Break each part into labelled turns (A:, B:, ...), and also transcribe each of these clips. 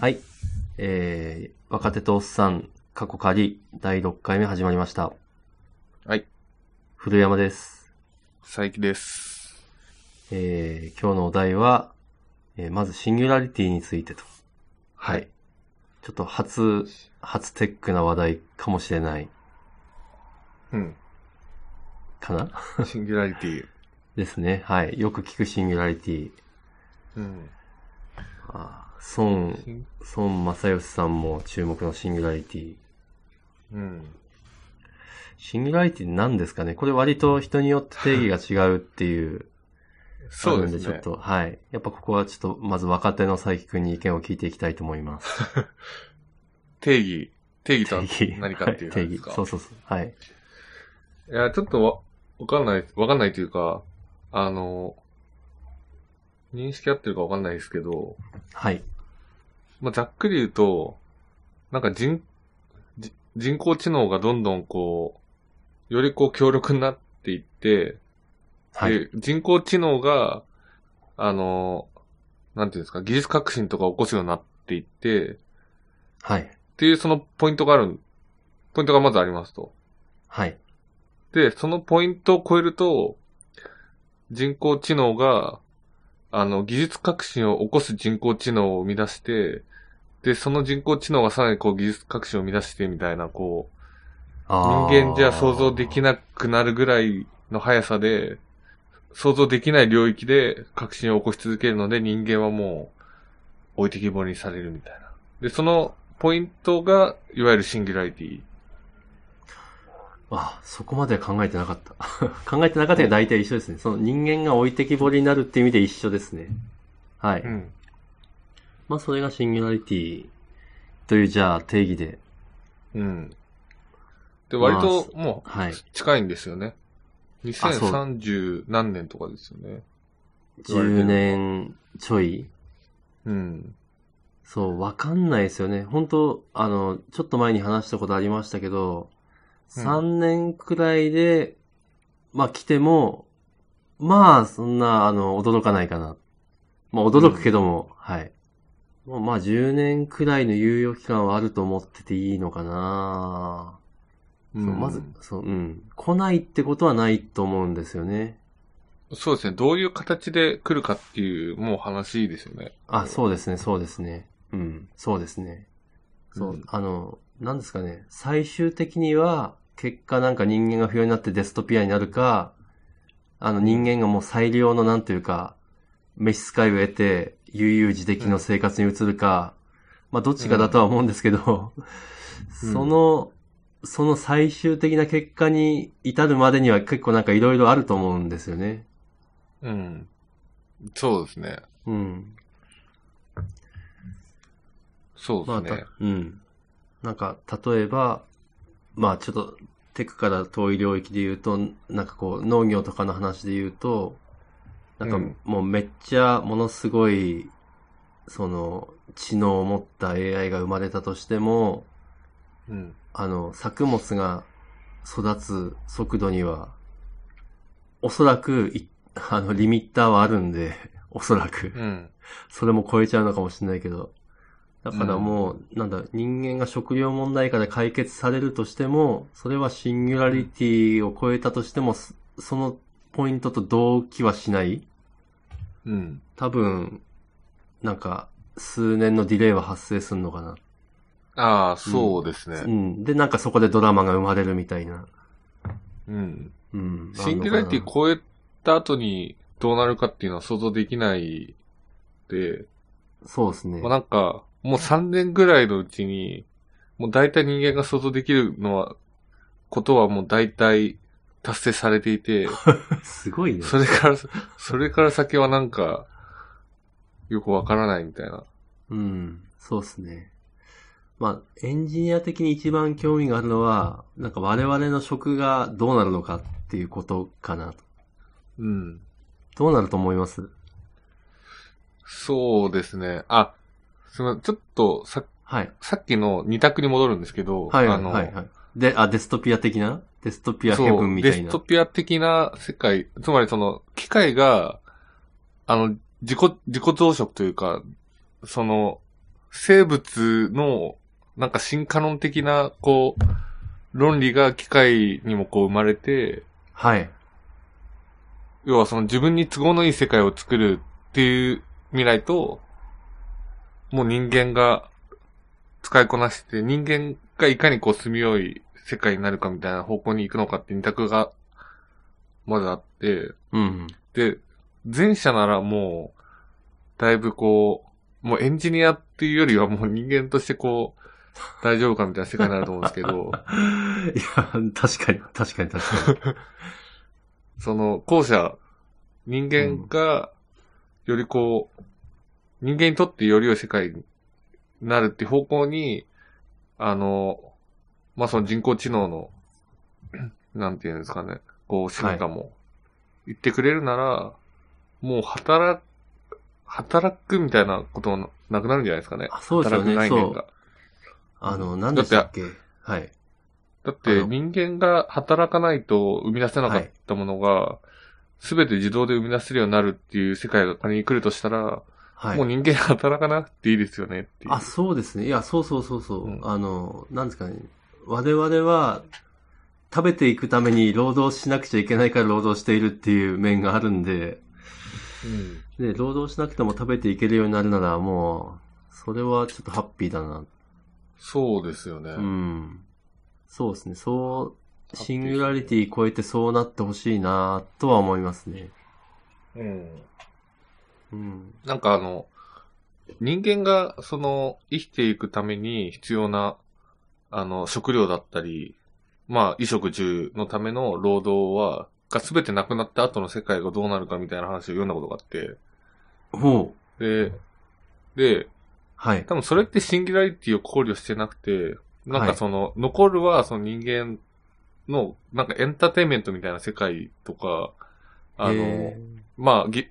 A: はい。えー、若手とおっさん、過去仮、第6回目始まりました。
B: はい。
A: 古山です。
B: 佐伯です。
A: えー、今日のお題は、えーまずシンギュラリティについてと。
B: はい。
A: ちょっと初、初テックな話題かもしれない、
B: うん。
A: かな
B: シンギュラリティ。
A: ですね。はい。よく聞くシンギュラリティ。
B: うん。
A: あー孫、
B: シン
A: 孫正義さんも注目のシンギュラリティ。
B: うん。
A: シンギュラリティって何ですかねこれ割と人によって定義が違うっていう。
B: そうです
A: あ
B: ね。
A: るんでちょっと、はい。やっぱここはちょっと、まず若手の佐伯くんに意見を聞いていきたいと思い ます。
B: 定義。定義とは
A: 定義。
B: 何かっていう
A: は
B: 話
A: い定
B: ですか。
A: 義。そうそうそう。はい。
B: いや、ちょっとわ、わかんない、わかんないというか、あの、認識合ってるかわかんないですけど、
A: はい。
B: まあ、ざっくり言うと、なんか人、じ人工知能がどんどんこう、よりこう強力になっていって、
A: はい。
B: で、人工知能が、あの、なんていうんですか、技術革新とかを起こすようになっていって、っ
A: はい。
B: ていうそのポイントがある、ポイントがまずありますと。
A: はい。
B: で、そのポイントを超えると、人工知能が、あの、技術革新を起こす人工知能を生み出して、で、その人工知能がさらにこう技術革新を生み出してみたいな、こう、人間じゃ想像でき
A: ない。
B: なくなるぐらいの速さで、想像できない領域で革新を起こし続けるので、人間はもう置いてきぼりにされるみたいな。で、そのポイントが、いわゆるシンギュラリティ。
A: あ、そこまでは考えてなかった。 考えてなかったが大体一緒ですね。その人間が置いてきぼりになるって意味で一緒ですね。はい。
B: うん。
A: まあ、それがシンギュラリティという、じゃあ、定義で。
B: うん。で、割と、もう、
A: はい。
B: 近いんですよね。
A: あそう
B: 2030何年とかですよね。言われてる
A: 10年ちょい
B: うん。
A: そう、わかんないですよね。本当あの、ちょっと前に話したことありましたけど、
B: うん
A: 3年くらいで、まあ来ても、まあそんな、あの、驚かないかな。まあ驚くけども、はい。もうまあ10年くらいの猶予期間はあると思ってていいのかな、
B: う
A: そうんまず、そう、うん。来ないってことはないと思うんですよね。
B: そうですね。どういう形で来るかっていう、もう話ですよね。
A: あ、そうですね、そうですね。うん、そうですね。そう、
B: うん
A: あの、なんですかね、最終的には、結果なんか人間が不要になってデストピアになるか、あの人間がもう最良のなんというか、召使いを得て、悠々自適の生活に移るか、まあどっちかだとは思うんですけど、
B: うん
A: その、その最終的な結果に至るまでには結構なんかいろいろあると思うんですよね。
B: うん。そうですね。
A: うん。
B: そう
A: まあ、
B: ですね
A: た。うん。なんか、例えば、まあちょっと、テクから遠い領域で言うと、なんかこう、農業とかの話で言うと、なんか
B: うん
A: もうめっちゃものすごい、その、知能を持った AI が生まれたとしても、
B: うん。
A: あの、作物が育つ速度には、おそらくい、 あの、リミッターはあるんで、おそらく。
B: うん。
A: それも超えちゃうのかもしれないけど。だからもう、なんだ、人間が食料問題から解決されるとしても、それはシンギュラリティを超えたとしても、そそのポイントと同期はしない。
B: うん。
A: 多分、なんか、数年のディレイは発生するのかな。
B: ああ、そうです
A: う
B: ね。
A: ん。で、なんかそこでドラマが生まれるみたいな。
B: うん。
A: うん。
B: シンギュラリティ超えた後にどうなるかっていうのは想像できないで、
A: そうですね
B: もう。なんか、もう3年ぐらいのうちに、もう大体人間が想像できるのは、ことはもう大体達成されていて、
A: すごいね。
B: それから、それから先はなんか、よくわからないみたいな。
A: うん、そうですね。まあ、エンジニア的に一番興味があるのは、なんか我々の職がどうなるのかっていうことかなと。
B: うん。
A: どうなると思います
B: そうですね。あ、すみません。ちょっとさ、
A: はい。
B: さっきの二択に戻るんですけど、
A: はい、は
B: あ
A: い、
B: の、
A: はいはい。で、あ、デストピア的なデストピアヘブ
B: そ
A: ン
B: う、
A: みた
B: デ
A: い
B: ス
A: な。
B: トピア的な世界、つまりその、機械が、あの、自己、自己増殖というか、その、生物の、なんか進化論的な、こう、論理が機械にもこう生まれて、
A: はい。
B: 要はその自分に都合のいい世界を作るっていう未来と、もう人間が使いこなして、人間がいかにこう住みよい世界になるかみたいな方向に行くのかって二択がまだあって、
A: うん。
B: で、前者ならもう、だいぶこう、もうエンジニアっていうよりはもう人間としてこう、大丈夫かみたいな世界になると思うんですけど、
A: いや、確かに、確かに確 かに。
B: その、後者、人間が、よりこう、人間にとってより良い世界になるっていう方向に、あの、まあ、その人工知能の、 なんていうんですかね、こう、進化も、言ってくれるなら、もう働、働くみたいなこともなくなるんじゃないですかね。
A: あそうですよ
B: 働く
A: ね、
B: 概
A: そ
B: 念
A: う
B: が。。
A: あの、何でしたっけはい。
B: だっ
A: あ
B: て
A: の
B: 人間が働かないと生み出せなかったものが、すべて自動で生み出せるようになるっていう世界が仮に来るとしたら、
A: は
B: もう
A: い。
B: 人間働かなくていいですよねっていう。
A: あ、そうですね。いや、そうそうそうそう。
B: うん
A: あの、なんですかね。我々は、食べていくために労働しなくちゃいけないから労働しているっていう面があるんで、
B: うん
A: で、労働しなくても食べていけるようになるなら、もう、それはちょっとハッピーだな。
B: そうですよね。
A: うん。そうですね。そ
B: ハッ
A: う、
B: ピーですね
A: シングラリティ超えてそうなってほしいなとは思いますね。
B: うん
A: うん。
B: なんかあの、人間がその生きていくために必要な、あの、食料だったり、まあ、衣食住のための労働は、が全てなくなった後の世界がどうなるかみたいな話を読んだことがあって、
A: ほう。
B: で、で、
A: はい。
B: 多分それってシンギュラリティを考慮してなくて、なん
A: は
B: か
A: い
B: その、残るはその人間の、なんかエンターテインメントみたいな世界とか、あの
A: へ、ー
B: まあ、ぎ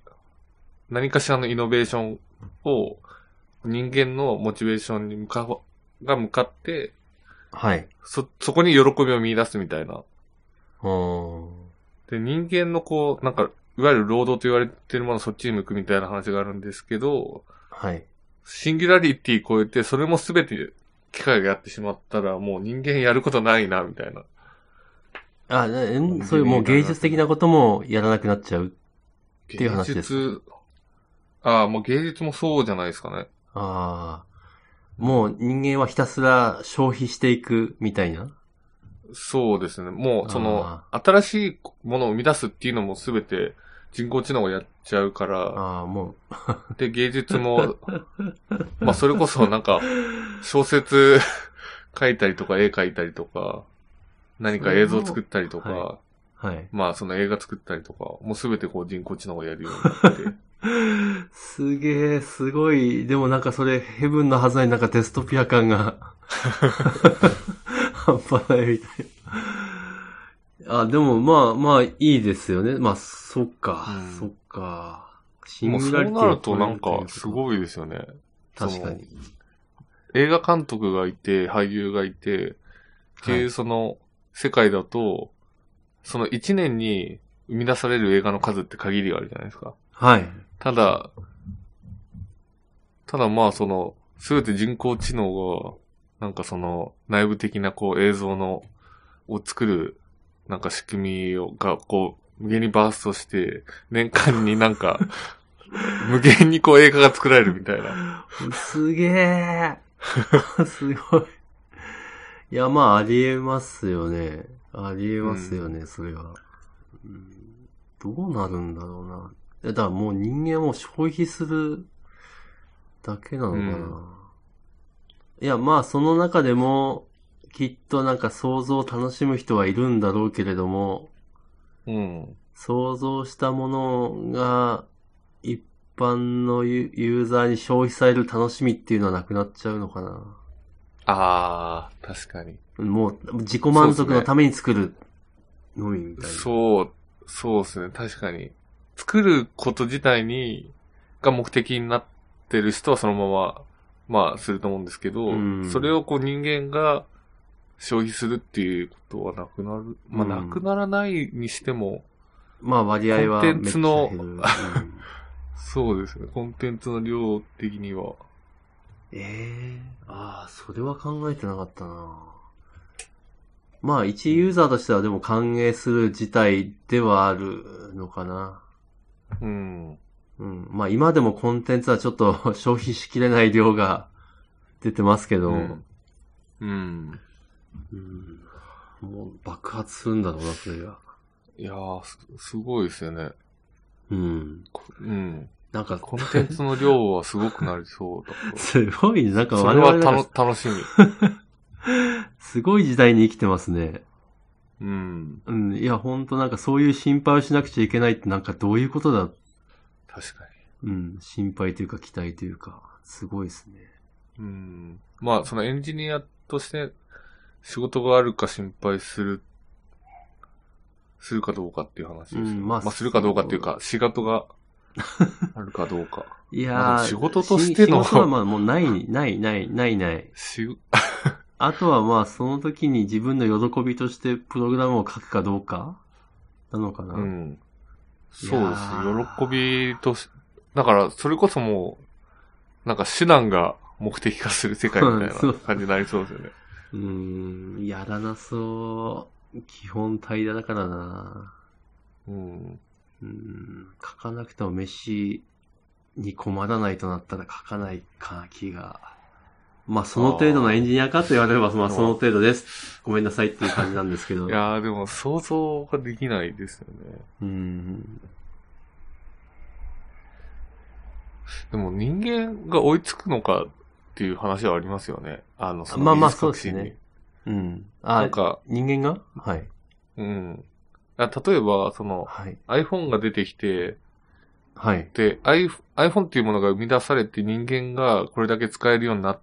B: 何かしらのイノベーションを人間のモチベーションに向かう、が向かって、
A: はい。
B: そ、そこに喜びを見出すみたいな。
A: お
B: で、人間のこう、なんか、いわゆる労働と言われてるものをそっちに向くみたいな話があるんですけど、
A: はい。
B: シンギュラリティ超えて、それもすべて機械がやってしまったら、もう人間やることないな、みたいな。
A: あ、なえそういうもう芸術的なこともやらなくなっちゃう。ていう話です
B: 芸術、ああ、もう芸術もそうじゃないですかね。
A: ああ。もう人間はひたすら消費していくみたいな。
B: そうですね。もう、その
A: あ、
B: 新しいものを生み出すっていうのもすべて人工知能がやっちゃうから、
A: ああ、も
B: で、芸術 も、まあ、それこそなんか、小説 書いたりとか、絵描いたりとか、何か映像作ったりと
A: それも
B: か、
A: う、はい。
B: まあ、その映画作ったりとか、もうすべてこう人工知能がやるようになって。
A: すげえ、すごい。でもなんかそれ、ヘブンのはずなのになんかデストピア感 が、半端ないみたいな。あ、でもまあまあいいですよね。まあ、そっか、
B: うん
A: そっか。シ
B: もうそうなるとなんか、す
A: い。
B: ごいですよね。
A: 確かに。
B: 映画監督がいて、俳優がいて、ってい
A: は
B: うその世界だと、その1年に生み出される映画の数って限りがあるじゃないですか。
A: はい。
B: ただ、ただまあその、すべて人工知能が、なんかその内部的なこう映像の、を作る、なんか仕組みをがこう、無限にバーストして、年間になん か、無限にこう映画が作られるみたいな。
A: すげえ。すごい。いや、まあ、ありえますよね。ありえますよね、それは。うんどうなるんだろうな。いやだからもう人間はもう消費するだけなのかな。
B: うん
A: いや、まあ、その中でも、きっとなんか想像を楽しむ人はいるんだろうけれども、
B: うん。
A: 想像したものが一般のユユーザーに消費される楽しみっていうのはなくなっちゃうのかな。
B: ああ、確かに。
A: もう自己満足のために作るのみみたいな。
B: そう、そうですね。確かに。作ること自体に、が目的になってる人はそのまま、まあ、すると思うんですけど、
A: うん
B: それをこう人間が消費するっていうことはなくなる。まあ、
A: う
B: なんくならないにしても、
A: まあ割合は
B: コ
A: めっ
B: ンテン
A: ちゃ
B: ツの
A: 減るうん
B: そうですね。コンテンツの量的には、
A: ええああ、それは考えてなかったな。まあ、一ユーザーとしてはでも歓迎する事態ではあるのかな。
B: うん。
A: うん。まあ、今でもコンテンツはちょっと 消費しきれない量が出てますけど、
B: うん。うん。
A: うんもう爆発するんだろうな、それが。
B: いやーす、すごいですよね。
A: うん。
B: こうん。
A: なんか、
B: コンテンツの量はすごくなりそうだ と
A: すごい、 なんか
B: そ
A: 我
B: れは
A: 々な
B: た
A: ん
B: の
A: か
B: 楽しみ。
A: すごい時代に生きてますね。
B: うん。
A: うん、いや、ほんとなんかそういう心配をしなくちゃいけないってなんかどういうことだ、
B: 確か
A: うん、心配というか期待というか、すごいですね。
B: に。うん。まあ、そのエンジニアとして仕事があるか心配する、するかどうかっていう話ですよね、
A: うんま
B: ま
A: あ
B: あ、するかどうかっていうか、仕 事があるかどうか。
A: いや
B: ま
A: ー、
B: あ仕事としての
A: し仕事はまあもうない、ない、ない、ない、ない。
B: し
A: あとはまあその時に自分の喜びとしてプログラムを書くかどうかなのかな。
B: うん。そう
A: いや
B: ですね。
A: ー
B: 喜びとし、だから、それこそもう、なんか手段が目的化する世界みたい
A: そう
B: な感じになりそうですよね。
A: うーん、やらなそう。基本平らだからな。
B: うん。
A: うーん、書かなくても飯に困らないとなったら書かないかな、気が。まあ、その程度のエンジニアかと言われれば、まあ、その程度です。ごめんなさいっていう感じなんですけど。
B: いうやー、でも想像ができないですよね。
A: ーん。
B: でも人間が追いつくのかっていう話はありますよね。あの、その
A: まあまあ
B: 技術革新に
A: そうですうん。
B: な
A: あ
B: ん、か、
A: 人間がはい。
B: うん。あ例えば、その、
A: はい。
B: iPhone が出てきて、
A: はい。
B: で、iPhone iPhone っていうものが生み出されて人間がこれだけ使えるようにな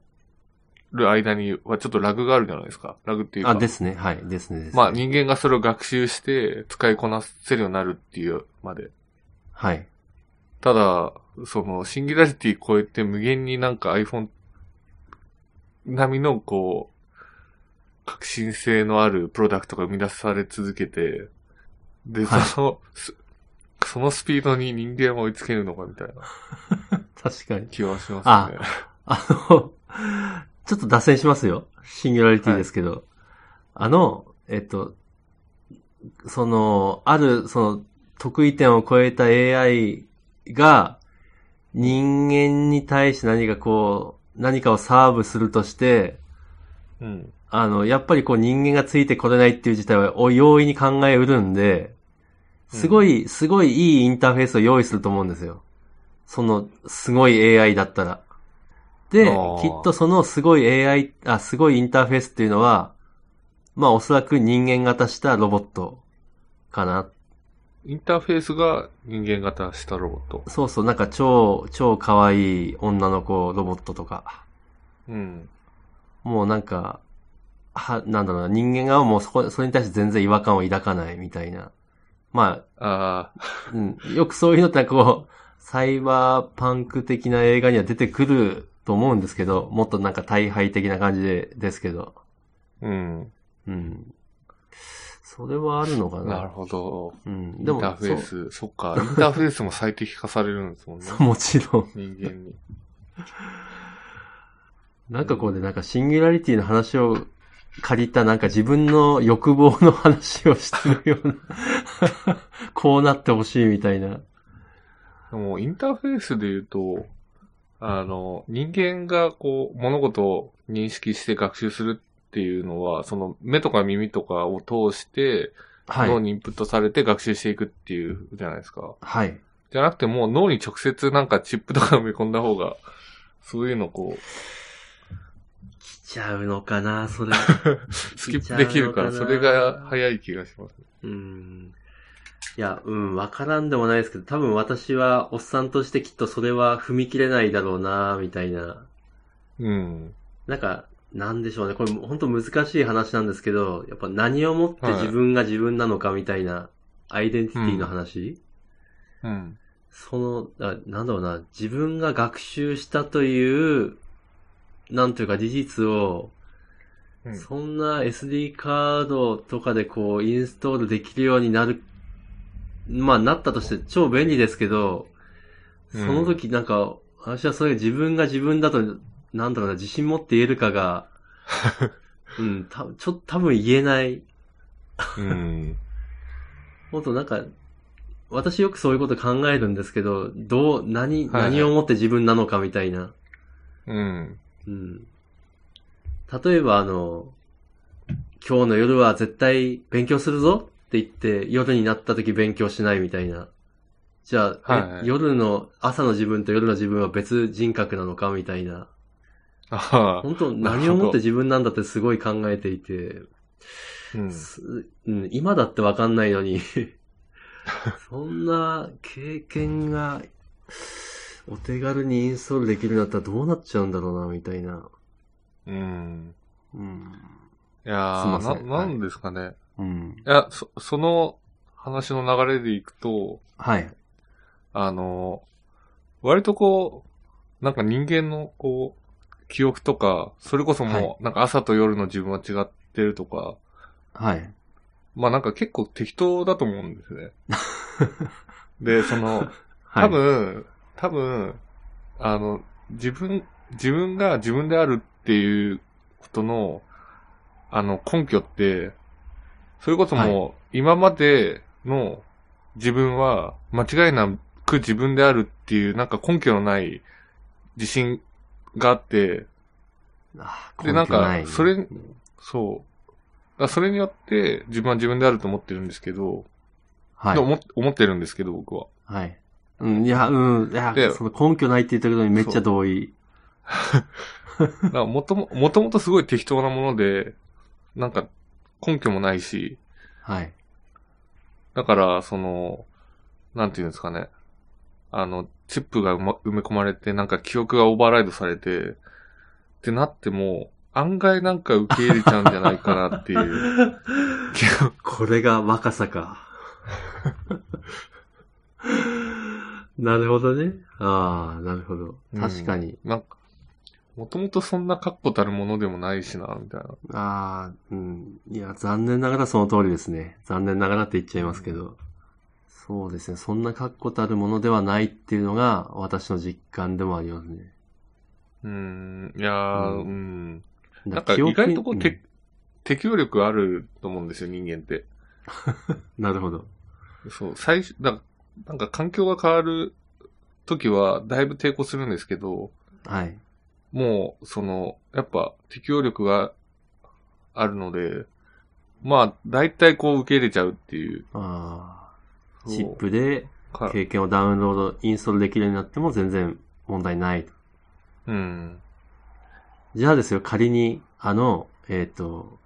B: る間にはちょっとラグがあるじゃないですか。ラグっていうか。
A: あ、ですね。はい。ですね。ですね
B: まあ人間がそれを学習して使いこなせるようになるっていうまで。
A: はい。
B: ただ、そのシンギュラリティ超えて無限になんか iPhone 並みのこう、革新性のあるプロダクトが生み出され続けて、で、
A: はい
B: その、すそのスピードに人間は追いつけるのかみたいな
A: 確かに。
B: 気はしますね。
A: ああの、ちょっと脱線しますよ。シンギュラリティですけど。あの、えっと、その、ある、その、得意点を超えた AI が、人間に対して何かこう、何かをサーブするとして、
B: うん。
A: あの、やっぱりこう人間がついてこれないっていう事態はお容易に考えうるんで、すごい、すごいいいインターフェースを用意すると思うんですよ。その、すごい AI だったら。で、き
B: あ
A: っ
B: ー
A: とそのすごい AI、あ、すごいインターフェースっていうのは、まあおそらく人間型したロボットかな。
B: インターフェースが人間型したロボット。
A: そうそう、なんか超、超可愛い女の子ロボットとか。
B: うん。
A: もうなんか、は、なんだろうな、人間側もうそこ、それに対して全然違和感を抱かないみたいな。ま
B: ああ、
A: あ、うん、よくそういうのってなんかこう、サイバーパンク的な映画には出てくると思うんですけど、もっとなんか大敗的な感じで、ですけど。
B: うん。
A: うん。それはあるのかな。
B: なるほど。
A: うん。
B: インタ
A: でも、
B: ーフェース、そっか。インターフェースも最適化されるんですもんね
A: そう、。 そうもちろん。
B: 人間に。
A: なんかこうで、なんかシンギュラリティの話を借りた、なんか自分の欲望の話をしてるよ うな、こうなってほしいみたいな。
B: でも、インターフェースで言うと、あの、人間がこう、物事を認識して学習するっていうのは、その目とか耳とかを通して、
A: はい。
B: 脳にインプットされて学習していくっていうじゃないですか。
A: はい。
B: じゃなくてもう脳に直接なんかチップとか埋め込んだ方が、そういうのこう、
A: 来ちゃうのかな、それ。
B: スキップできるから、
A: いいんちゃ
B: そうれ
A: のかな
B: が早い気がします。
A: うん。いや、うん、わからんでもないですけど、多分私はおっさんとしてきっとそれは踏み切れないだろうな、みたいな。
B: うん。
A: なんか、なんでしょうね。これ本当難しい話なんですけど、やっぱ何をもって自分が自分なのかみたいな、アイデンティティの話、
B: うん。
A: その、あなんだろうな、自分が学習したという、なんというか事実を、
B: うん
A: そんな SD カードとかでこうインストールできるようになる、まあなったとして超便利ですけど、その時なんか、私はそれ自分が自分だとなんだろうな、自信持って言えるか が、うん、た、ちょっと多分言えない。
B: うん。
A: もっとなんか、私よくそういうこと考えるんですけど、どう、何、
B: はいはい
A: 何をもって自分なのかみたいな。
B: うん。
A: うん。例えばあの、今日の夜は絶対勉強するぞって言って、夜になった時勉強しないみたいな。じゃあ、
B: はいはい
A: え夜の、朝の自分と夜の自分は別人格なのかみたいな。
B: ああ。
A: 本当
B: なるほど
A: 何をもって自分なんだってすごい考えていて、
B: うん。
A: すうん、今だってわかんないのに、 そんな経験が、お手軽にインストールできるようになったらどうなっちゃうんだろうな、みたいな。
B: うん。
A: うん。
B: いや
A: すいませ
B: ー、
A: ん
B: な、なんですかね。い、
A: うん。
B: や、そ、その話の流れでいくと、
A: はい。
B: あの、割とこう、なんか人間のこう、記憶とか、それこそもう、
A: はい
B: なんか朝と夜の自分は違ってるとか、
A: はい。
B: まあなんか結構適当だと思うん ですね。で、その、
A: はい
B: 多分、多分、あの、自分、自分が自分であるっていうことの、あの、根拠って、それこそもう、今までの自分は、間違いなく自分であるっていう、なんか根拠のない自信があって、
A: あー
B: で、なん
A: 根拠な
B: か、
A: い
B: それ、そう。だからそれによって、自分は自分であると思ってるんですけど、
A: はい
B: で。思っ思ってるんですけど、僕は。
A: はい。うん、いや、うん、いや
B: で、
A: その根拠ないって言ったけどめっちゃ同意。
B: だからもとも、もともとすごい適当なもので、なんか根拠もないし、
A: はい。
B: だから、その、なんていうんですかね。あの、チップがうま埋め込まれて、なんか記憶がオーバーライドされて、ってなっても、案外なんか受け入れちゃうんじゃないかなっていう。気が
A: これが若さか。 なるほどね。ああ、なるほど。 確かに。
B: なんか、もともとそんな確固たるものでもないしな、みたいな。
A: ああ、うん。いや、残念ながらその通りですね。残念ながらって言っちゃいますけど。そうですね。そんな確固たるものではないっていうのが私の実感でもありますね。
B: うーん、いやー、
A: う
B: うんん。
A: だ
B: なん
A: か
B: から
A: 記
B: 意
A: 憶
B: 外
A: に
B: とこ
A: う
B: う、
A: ん
B: て適応力あると思うんですよ、人間って。
A: なるほど。
B: そう、最初、だなんか環境が変わる時は、だいぶ抵抗するんですけど、
A: はい。
B: もう、その、やっぱ適応力があるので、まあ、大体こう受け入れちゃうっていう。
A: ああ、
B: そう
A: チップで
B: か
A: 経験をダウンロード、インストールできるようになっても全然問題ないと。
B: うん。
A: じゃあですよ、仮に、あの、えっ、と、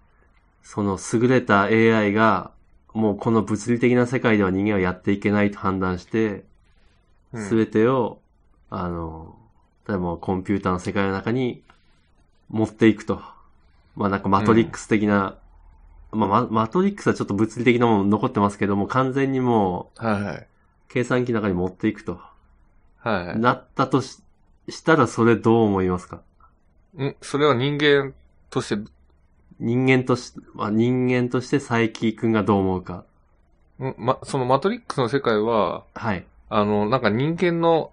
A: その優れた AI が、もうこの物理的な世界では人間はやっていけないと判断して、
B: う
A: す
B: ん、
A: べてを、あの、例えばコンピューターの世界の中に持っていくと。まあなんかマトリックス的な、まあママトリックスはちょっと物理的なもの残ってますけども、完全にも
B: はいはい。
A: う計算機の中に持っていくと。
B: はいはい。
A: なったとししたらそれどう思いますか
B: うん、それは人間として、
A: 人間とし、まあ、人間として佐伯くんがどう思うか。
B: うんま、そのマトリックスの世界は、
A: はい。
B: あの、なんか人間の、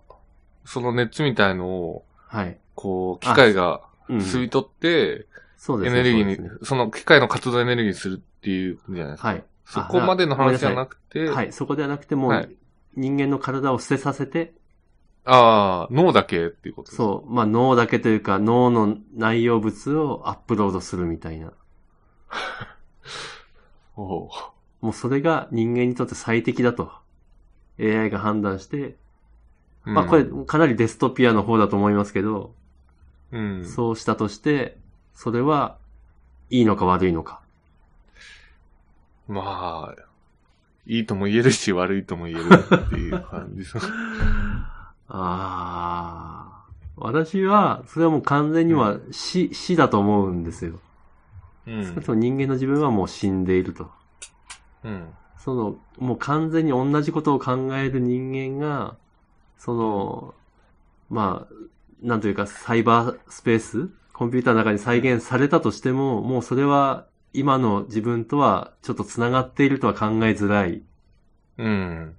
B: その熱みたいのを、
A: はい。
B: こう、機械が
A: うん。
B: 吸い取って、
A: そうで
B: エ
A: すね。
B: ネルギー
A: そう
B: に、
A: で
B: そ
A: すね
B: の機械の活動エネルギーにするっていうことじゃないですか。
A: はい。
B: そこまでの話じゃなくて、
A: はい。そこではなくても、
B: はい
A: 人間の体を捨てさせて、
B: ああ、脳だけっていうことです
A: そう、まあ脳だけというか脳の内容物をアップロードするみたいな。
B: おう。
A: もうそれが人間にとって最適だと。AI が判断して、 まあこれ
B: うん、
A: かなりデストピアの方だと思いますけど、
B: うん。
A: そうしたとして、それはいいのか悪いの か。
B: まあ、いいとも言えるし、悪いとも言えるっていう感じ です。
A: ああ。私は、それはもう完全には死、死だと思うんですよ。
B: うん
A: 少なくとも人間の自分はもう死んでいると。
B: うん。
A: その、もう完全に同じことを考える人間が、その、まあ、なんというか、サイバースペースコンピューターの中に再現されたとしても、もうそれは今の自分とはちょっと繋がっているとは考えづらい。
B: うん。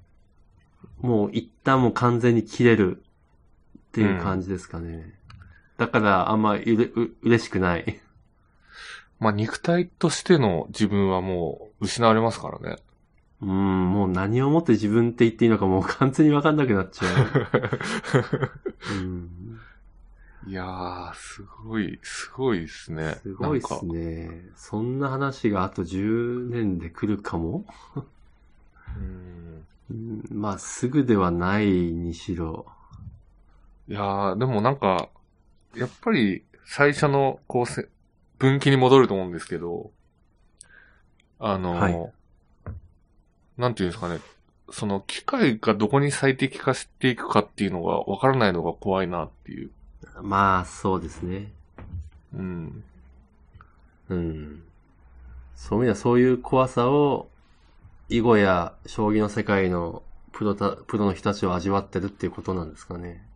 A: もう一旦もう完全に切れるっていう感じですかね。だから、あんまうれ、う、嬉しくない。
B: まあ、肉体としての自分はもう失われますから ね。
A: うん、もう何をもって自分って言っていいのかもう完全にわかんなくなっちゃう。うん、
B: いやー、すごい、すごいですね。
A: すごいっ
B: なん
A: す
B: か
A: ね。そんな話があと10年で来るかも、
B: うん
A: うん、まあ、すぐではないにしろ。
B: いやー、でもなんか、やっぱり最初の、こうせ、分岐に戻ると思うんですけど、あのー、
A: はい
B: なんていうんですかね、その機械がどこに最適化していくかっていうのがわからないのが怖いなっていう。
A: まあ、そうですね。
B: うん。
A: うん。そういう意味ではそういう怖さを、囲碁や将棋の世界のプロた、プロの人たちを味わってるっていうことなんですかね。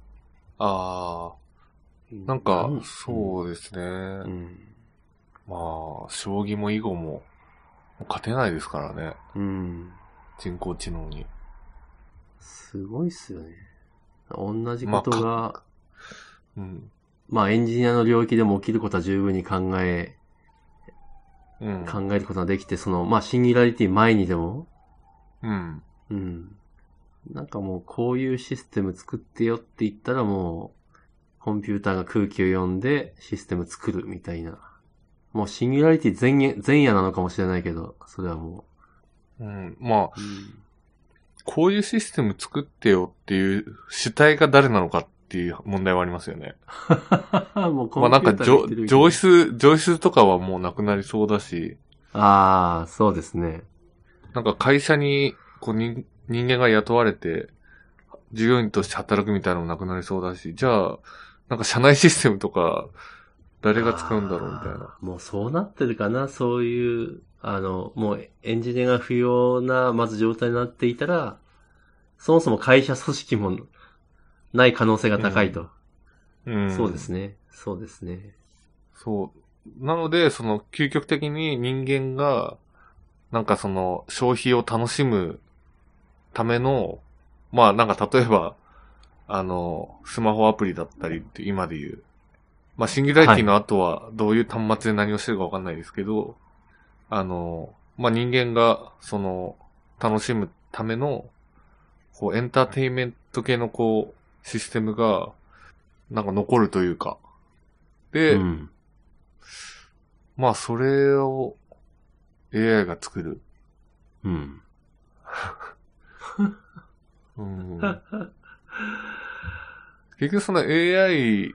B: あー、なんか、そうですね。
A: うん。うん。
B: まあ、将棋も囲碁も、もう勝てないですからね。
A: うん。
B: 人工知能に。
A: すごいっすよね。同じことが、
B: ま
A: ま
B: あ
A: あ、
B: うん。
A: エンジニアの領域でも起きることは十分に考え、
B: うん。
A: 考えることができて、その、まあ、シンギュラリティ前にでも、
B: うん。
A: うん。なんかもうこういうシステム作ってよって言ったらもう、コンピューターが空気を読んでシステム作るみたいな。もうシンギュラリティ前夜前夜なのかもしれないけど、それはも
B: うん。まあ、
A: う。
B: こういうシステム作ってよっていう主体が誰なのかっていう問題はありますよね。
A: もうコ
B: まあ
A: ンピ
B: な
A: ュ
B: んか
A: ーター
B: 上
A: が言ってる意見
B: 上質、上質とかはもうなくなりそうだし、
A: ああ、そうですね。
B: なんか会社にこう人人間が雇われて、従業員として働くみたいなのもなくなりそうだし、じゃあ、なんか社内システムとか、誰が使うんだろうみたいな。
A: あーもうそうなってるかな、そういう、あの、もうエンジニアが不要な、まず状態になっていたら、そもそも会社組織もない可能性が高いと。
B: うん。
A: そうですね。そうですね。
B: そう。なので、その、究極的に人間が、なんかその、消費を楽しむための、まあなんか例えば、あの、スマホアプリだったりって今で言う。まあ、シンギュラリティの後はどういう端末で何をしてるかわかんないですけど、あの、まあ人間が、その、楽しむための、こう、エンターテインメント系のこう、システムが、なんか残るというか。で、
A: うん。
B: まあ、それを AI が作る。
A: うん。
B: うん、 結局その AI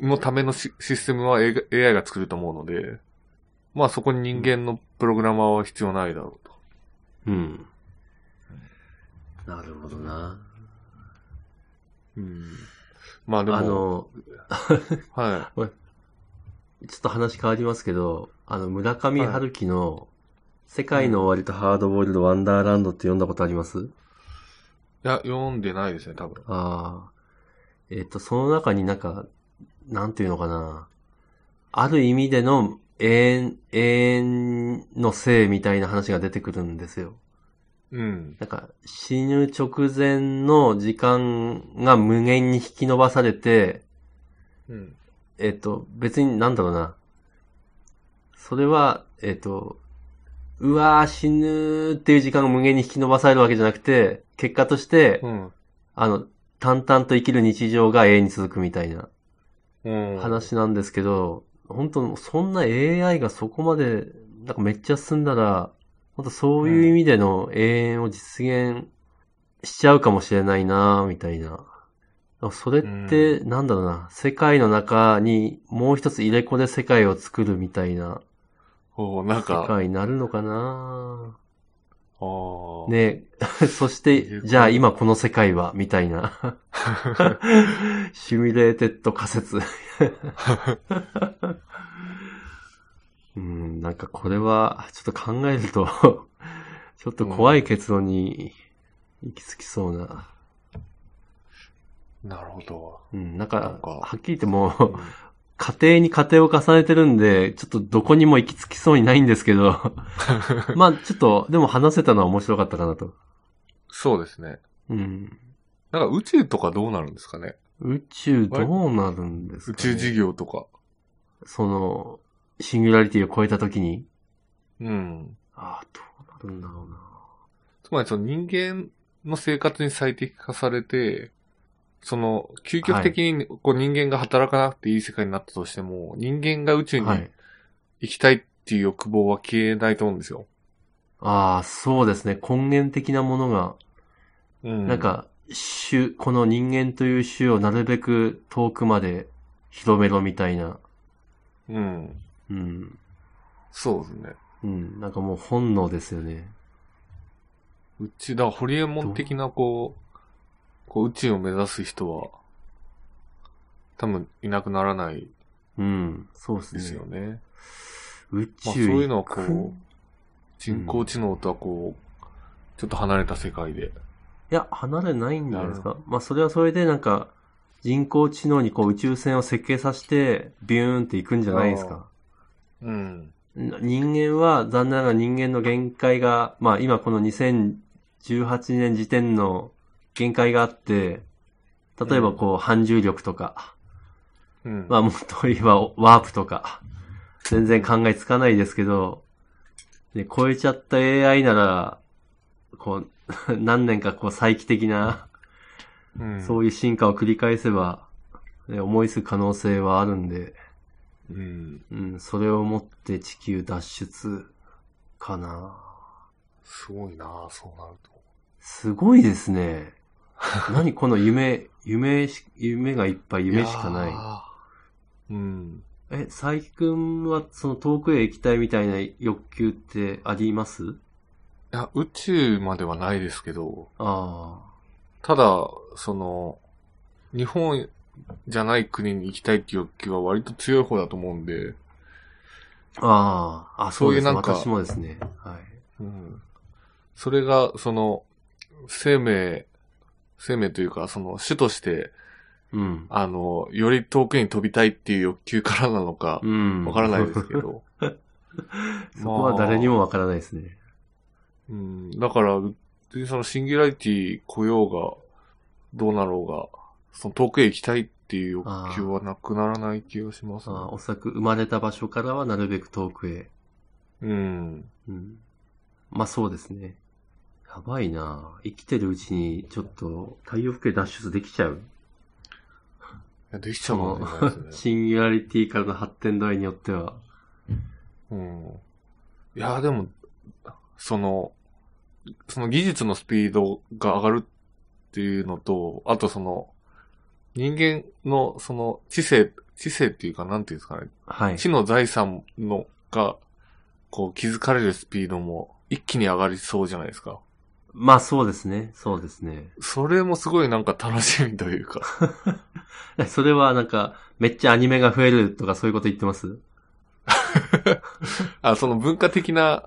B: のためのシシステムは AI が作ると思うので、まあそこに人間のプログラマーは必要ないだろうと。
A: うん。なるほどな。
B: うん、まあでも、
A: あの、
B: は
A: ちょっと話変わりますけど、あの、村上春樹の、世界の終わりとハードボイルド・ワンダーランドって読んだことあります
B: い。いや、読んでないですね、多分。
A: ああ。えっと、その中になんか、なんていうのかな。ある意味での永遠、永遠の性みたいな話が出てくるんですよ。
B: うん。
A: なんか死ぬ直前の時間が無限に引き伸ばされて、
B: うん。
A: えっ、と、別になんだろうな。それは、えっ、と、うわー死ぬっていう時間が無限に引き伸ばされるわけじゃなくて、結果として、
B: うん。
A: あの、淡々と生きる日常が永遠に続くみたいな
B: うん。
A: 話なんですけど、本当そんな AI がそこまで、なんかめっちゃ進んだら、本当そういう意味での永遠を実現しちゃうかもしれないなみたいな。それって、なんだろうな、世界の中にもう一つ入れ子で世界を作るみたいな
B: おーなん
A: 世
B: か、
A: 界になるのかな
B: あー
A: ね そして、じゃあ今この世界は、みたい な。シミュレーテッド仮説。うん、なんかこれは、ちょっと考えると、 ちょっと怖い結論に行き着きそうな。
B: なるほど。
A: うん、なん
B: なん
A: か、
B: か
A: はっきり言って
B: う
A: も
B: ん
A: う、家庭に家庭を重ねてるんで、ちょっとどこにも行き着きそうにないんですけ ど、まあちょっと、でも話せたのは面白かったかなと。
B: そうですね。
A: うん。
B: なんか宇宙とかどうなるんですかね。
A: 宇宙どうなるんです
B: 宇
A: か、ね、
B: 宙事業とか。
A: その、シンギュラリティを超えた時に、
B: うん。
A: ああ、どうなるんだろうな。
B: つまりその人間の生活に最適化されて、その、究極的にこう人間が働かなくていい世界になったとしても、人間が宇宙に
A: はい。
B: 行きたいっていう欲望は消えないと思うんですよ。
A: ああ、そうですね。根源的なものが、
B: うん。
A: なん、か、種、この人間という種をなるべく遠くまで広めろみたいな。
B: うん。
A: うん。
B: そうですね。
A: うん。なんかもう本能ですよね。
B: うち、だからホリエモン的なこう、こう宇宙を目指す人は、多分いなくならない
A: うん。そうです
B: で
A: ね。
B: すよね。
A: 宇宙
B: まあそう
A: 行く
B: いうのはこう、人工知能とはこう、ちょっと離れた世界で。
A: いや、離れないんじゃないですか。まあ、それはそれで、なんか、人工知能にこう宇宙船を設計させて、ビューンっていくんじゃないですか。
B: うん。
A: な人間は、残念ながら人間の限界が、まあ、今この2018年時点の限界があって、例えばこう、反重力とか、
B: うん。
A: まあ、もっと言えばワープとか、全然考えつかないですけど、ね、超えちゃった AI なら、こう、 何年かこう、再帰的な、
B: うん、
A: そういう進化を繰り返せば、ね思いつく可能性はあるんで、
B: うん。
A: うん、それをもって地球脱出かな。
B: すごいなぁそうなると。
A: すごいです ね。何この夢、夢し、夢がいっぱい夢しかない。
B: い。うん。
A: え、佐伯くんはその遠くへ行きたいみたいな欲求ってあります
B: いや、宇宙まではないですけど、
A: ああ。
B: ただ、その、日本じゃない国に行きたいっていう欲求は割と強い方だと思うんで、
A: ああ。あ、そうですね。
B: そういうなんか
A: 私もですね。はい。
B: うん。それが、その、生命、生命というか、その、主として、
A: うん。
B: あの、より遠くに飛びたいっていう欲求からなのか、
A: うん。
B: わからないで すけ。ど。
A: そこは誰にもわからないですね。
B: うん、だから、別にそのシンギュラリティ来ようが、どうなろうが、その遠くへ行きたいっていう欲求はなくならない気がします、ね
A: あ。あおそらく生まれた場所からはなるべく遠くへ。
B: うん。
A: うん。まあそうですね。やばいな生きてるうちに、ちょっと、太陽系脱出できちゃう。
B: いやできちゃ
A: そう
B: かも
A: の
B: しれないですね。
A: シンギュラリティからの発展度合いによっては。
B: うん。いや、でも、その、その技術のスピードが上がるっていうのと、あとその、人間のその知性、知性っていうか、なんていうんですかね、
A: はい。
B: 知の財産のが、こう、気づかれるスピードも一気に上がりそうじゃないですか。
A: まあそうですね。そうですね。
B: それもすごいなんか楽しみというか。
A: それはなんか、めっちゃアニメが増えるとかそういうこと言ってます
B: あ、その文化 的な、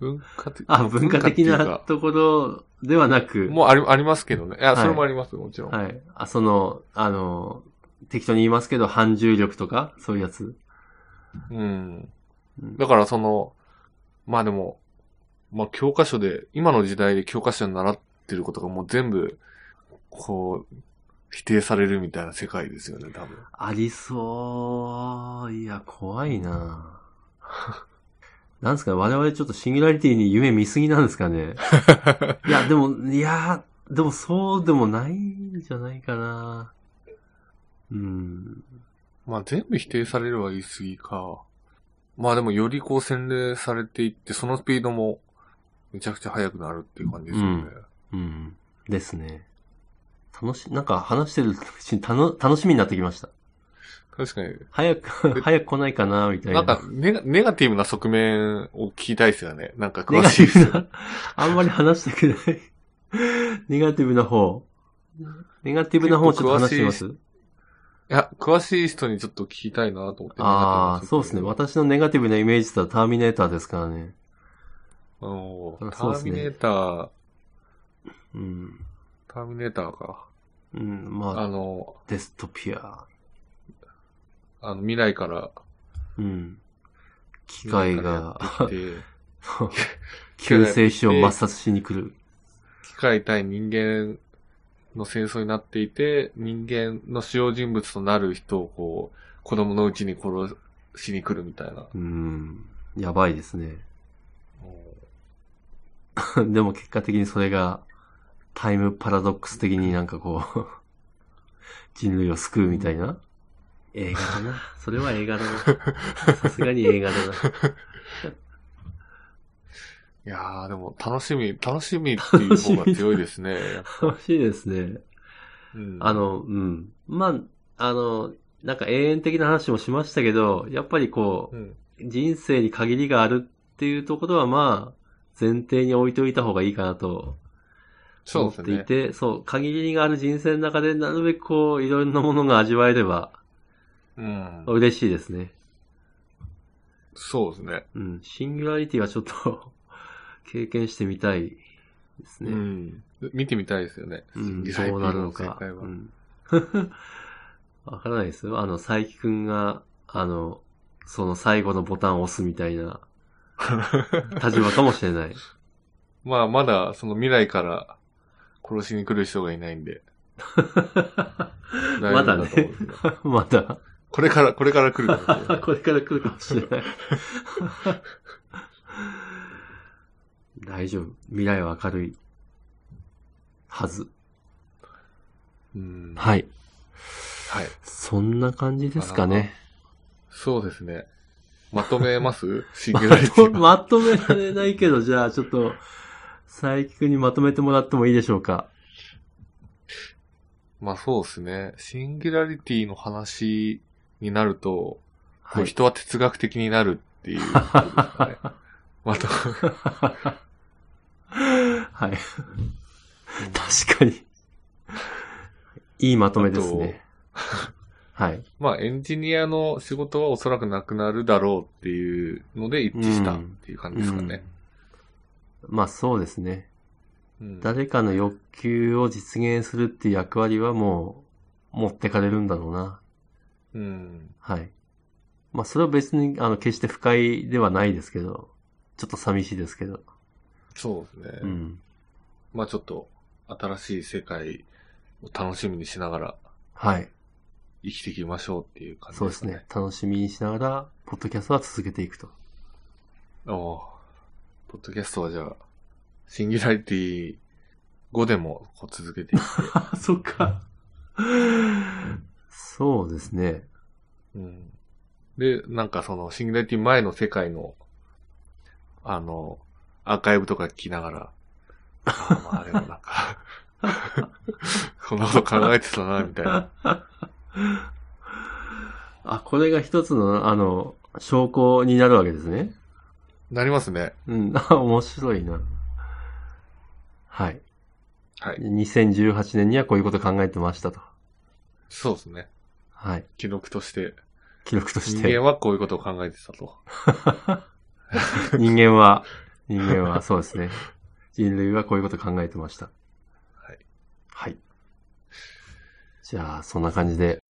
B: 文化的
A: あ、文化的
B: 文
A: な
B: 化って
A: ところではな
B: いう
A: く、
B: かもうありありますけどね。いや、
A: はい
B: それもあります、もちろん。
A: はい。あ、その、あの、適当に言いますけど、反重力とか、そういうやつ。
B: うん。
A: うん
B: だからその、まあでも、まあ教科書で、今の時代で教科書に習ってることがもう全部、こう、否定されるみたいな世界ですよね、多分。
A: ありそう。いや、怖いな なんですか我々ちょっとシンギュラリティに夢見すぎなんですかねいや、でも、いや、でもそうでもないんじゃないかなうん。
B: まあ全部否定されるは言い過ぎか。まあでもよりこう洗礼されていって、そのスピードもめちゃくちゃ速くなるっていう感じですよね。
A: うん。ですね。楽し、なんか話してるうちに楽楽しみになってきました。
B: 確かに。
A: 早く、早く来ないかなみたい
B: な
A: な。
B: んかネガ、ネガティブな側面を聞きたいですよね。なんか
A: ネ
B: 詳
A: ガ
B: し
A: テ
B: い人
A: ィブな、 あんまり話したくない。ネガティブな方。ネガティブな方ちょっと話してみます
B: いや、詳しい人にちょっと聞きたいなと思って。
A: ああ、そうですね。
B: 私
A: 私のネガティブなイメージだとターミネーターですからね。
B: おー
A: あ
B: タ
A: そうで
B: ー
A: すね
B: ミネーター、
A: うん。
B: ターミネーターか。
A: うん、ま
B: あ
A: あ、
B: の、
A: デストピア。
B: あの未来から、
A: うん。機械が、
B: 未来からやってきて
A: 救世主を抹殺しに来る。
B: 機械対人間の戦争になっていて、人間の主要人物となる人をこう、子供のうちに殺しに来るみたいな。
A: うん。やばいですね。 でも結果的にそれが、タイムパラドックス的になんかこう、人類を救うみたいな映画だな。 それは映画だな。さすがに映画だな。
B: いやー、でも楽しみ、楽しみっていう方が強いです ね。
A: 楽しいですね。
B: うん
A: あ、の、うん。まあ、あの、なんか永遠的な話もしましたけど、やっぱりこ
B: うん。
A: う、人生に限りがあるっていうところはまあ、前提に置いておいた方がいいかなと
B: そう
A: 思
B: です
A: っ
B: ね。
A: ていて、そう,、限りがある人生の中でなるべくこう、いろんなものが味わえれば
B: うん。
A: 嬉しいですね。
B: そうですね。
A: うん。シングラリティはちょっと 経験してみたいです
B: う
A: ね。
B: ん。見てみたいですよね。
A: うん、
B: 実際
A: どうなるのか。
B: 世界は
A: うん わからないですよ。あの、佐伯くんが、あの、その最後のボタンを押すみたいな立場かもしれない。
B: まあ、まだ、その未来から殺しに来る人がいないんで、大
A: ま
B: 丈夫
A: だね
B: だと思うんですよ。。
A: まだ。
B: これから、これから来るからね
A: これから来るかもしれない。 大丈夫。未来は明るい。はず。
B: うん。
A: はい。
B: はい。
A: そんな感じですかね。
B: そうですね。まとめますシ ン
A: ま
B: グラリテ
A: と
B: ィは。
A: まとめられないけど、じゃあちょっと、佐伯くんにまとめてもらってもいいでしょうか。
B: まあそうですね。シンギュラリティの話になると、こう
A: はい。
B: 人は哲学的になるって いうことですかね。また、
A: はい。確かに。いいまとめですね。はい。
B: まあエンジニアの仕事はおそらくなくなるだろうっていうので一致したっていう感じですかね。
A: うんまあそうですね。
B: うん
A: 誰かの欲求を実現するっていう役割はもう持ってかれるんだろうな。
B: うん。
A: はい。まあそれは別に、あの、決して不快ではないですけど、ちょっと寂しいですけど。
B: そうです
A: う
B: ね。
A: ん。
B: まあちょっと新しい世界を楽しみにしながら
A: はい。
B: 生きていきましょうっていう感じ
A: そう
B: で
A: ですす
B: かね。
A: ね。楽しみにしながら、ポッドキャストは続けていくと。
B: おーポッドキャストはじゃあ、シンギュラリティ5でもこう続けて いく。
A: あ、そっか。そうですね。
B: うん。で、なんかその、シンギュラリティ前の世界の、あの、アーカイブとか聞きながら、あーまあでもなんか、こんなこと考えてたな、みたいな。
A: あ、これが一つの、あの、証拠になるわけですね。
B: なりますね。
A: うん、 あ面白いな。はい。
B: はい。
A: 2018年にはこういうこと考えてましたと。
B: そうですね。
A: はい。
B: 記録として、
A: 記録とし
B: 人
A: て。
B: 間はこういうことを考えてたと。
A: 人間は、人間は、そうですね。人類はこういうこと考えてました。
B: はい。
A: はい。じゃあ、そんな感じで、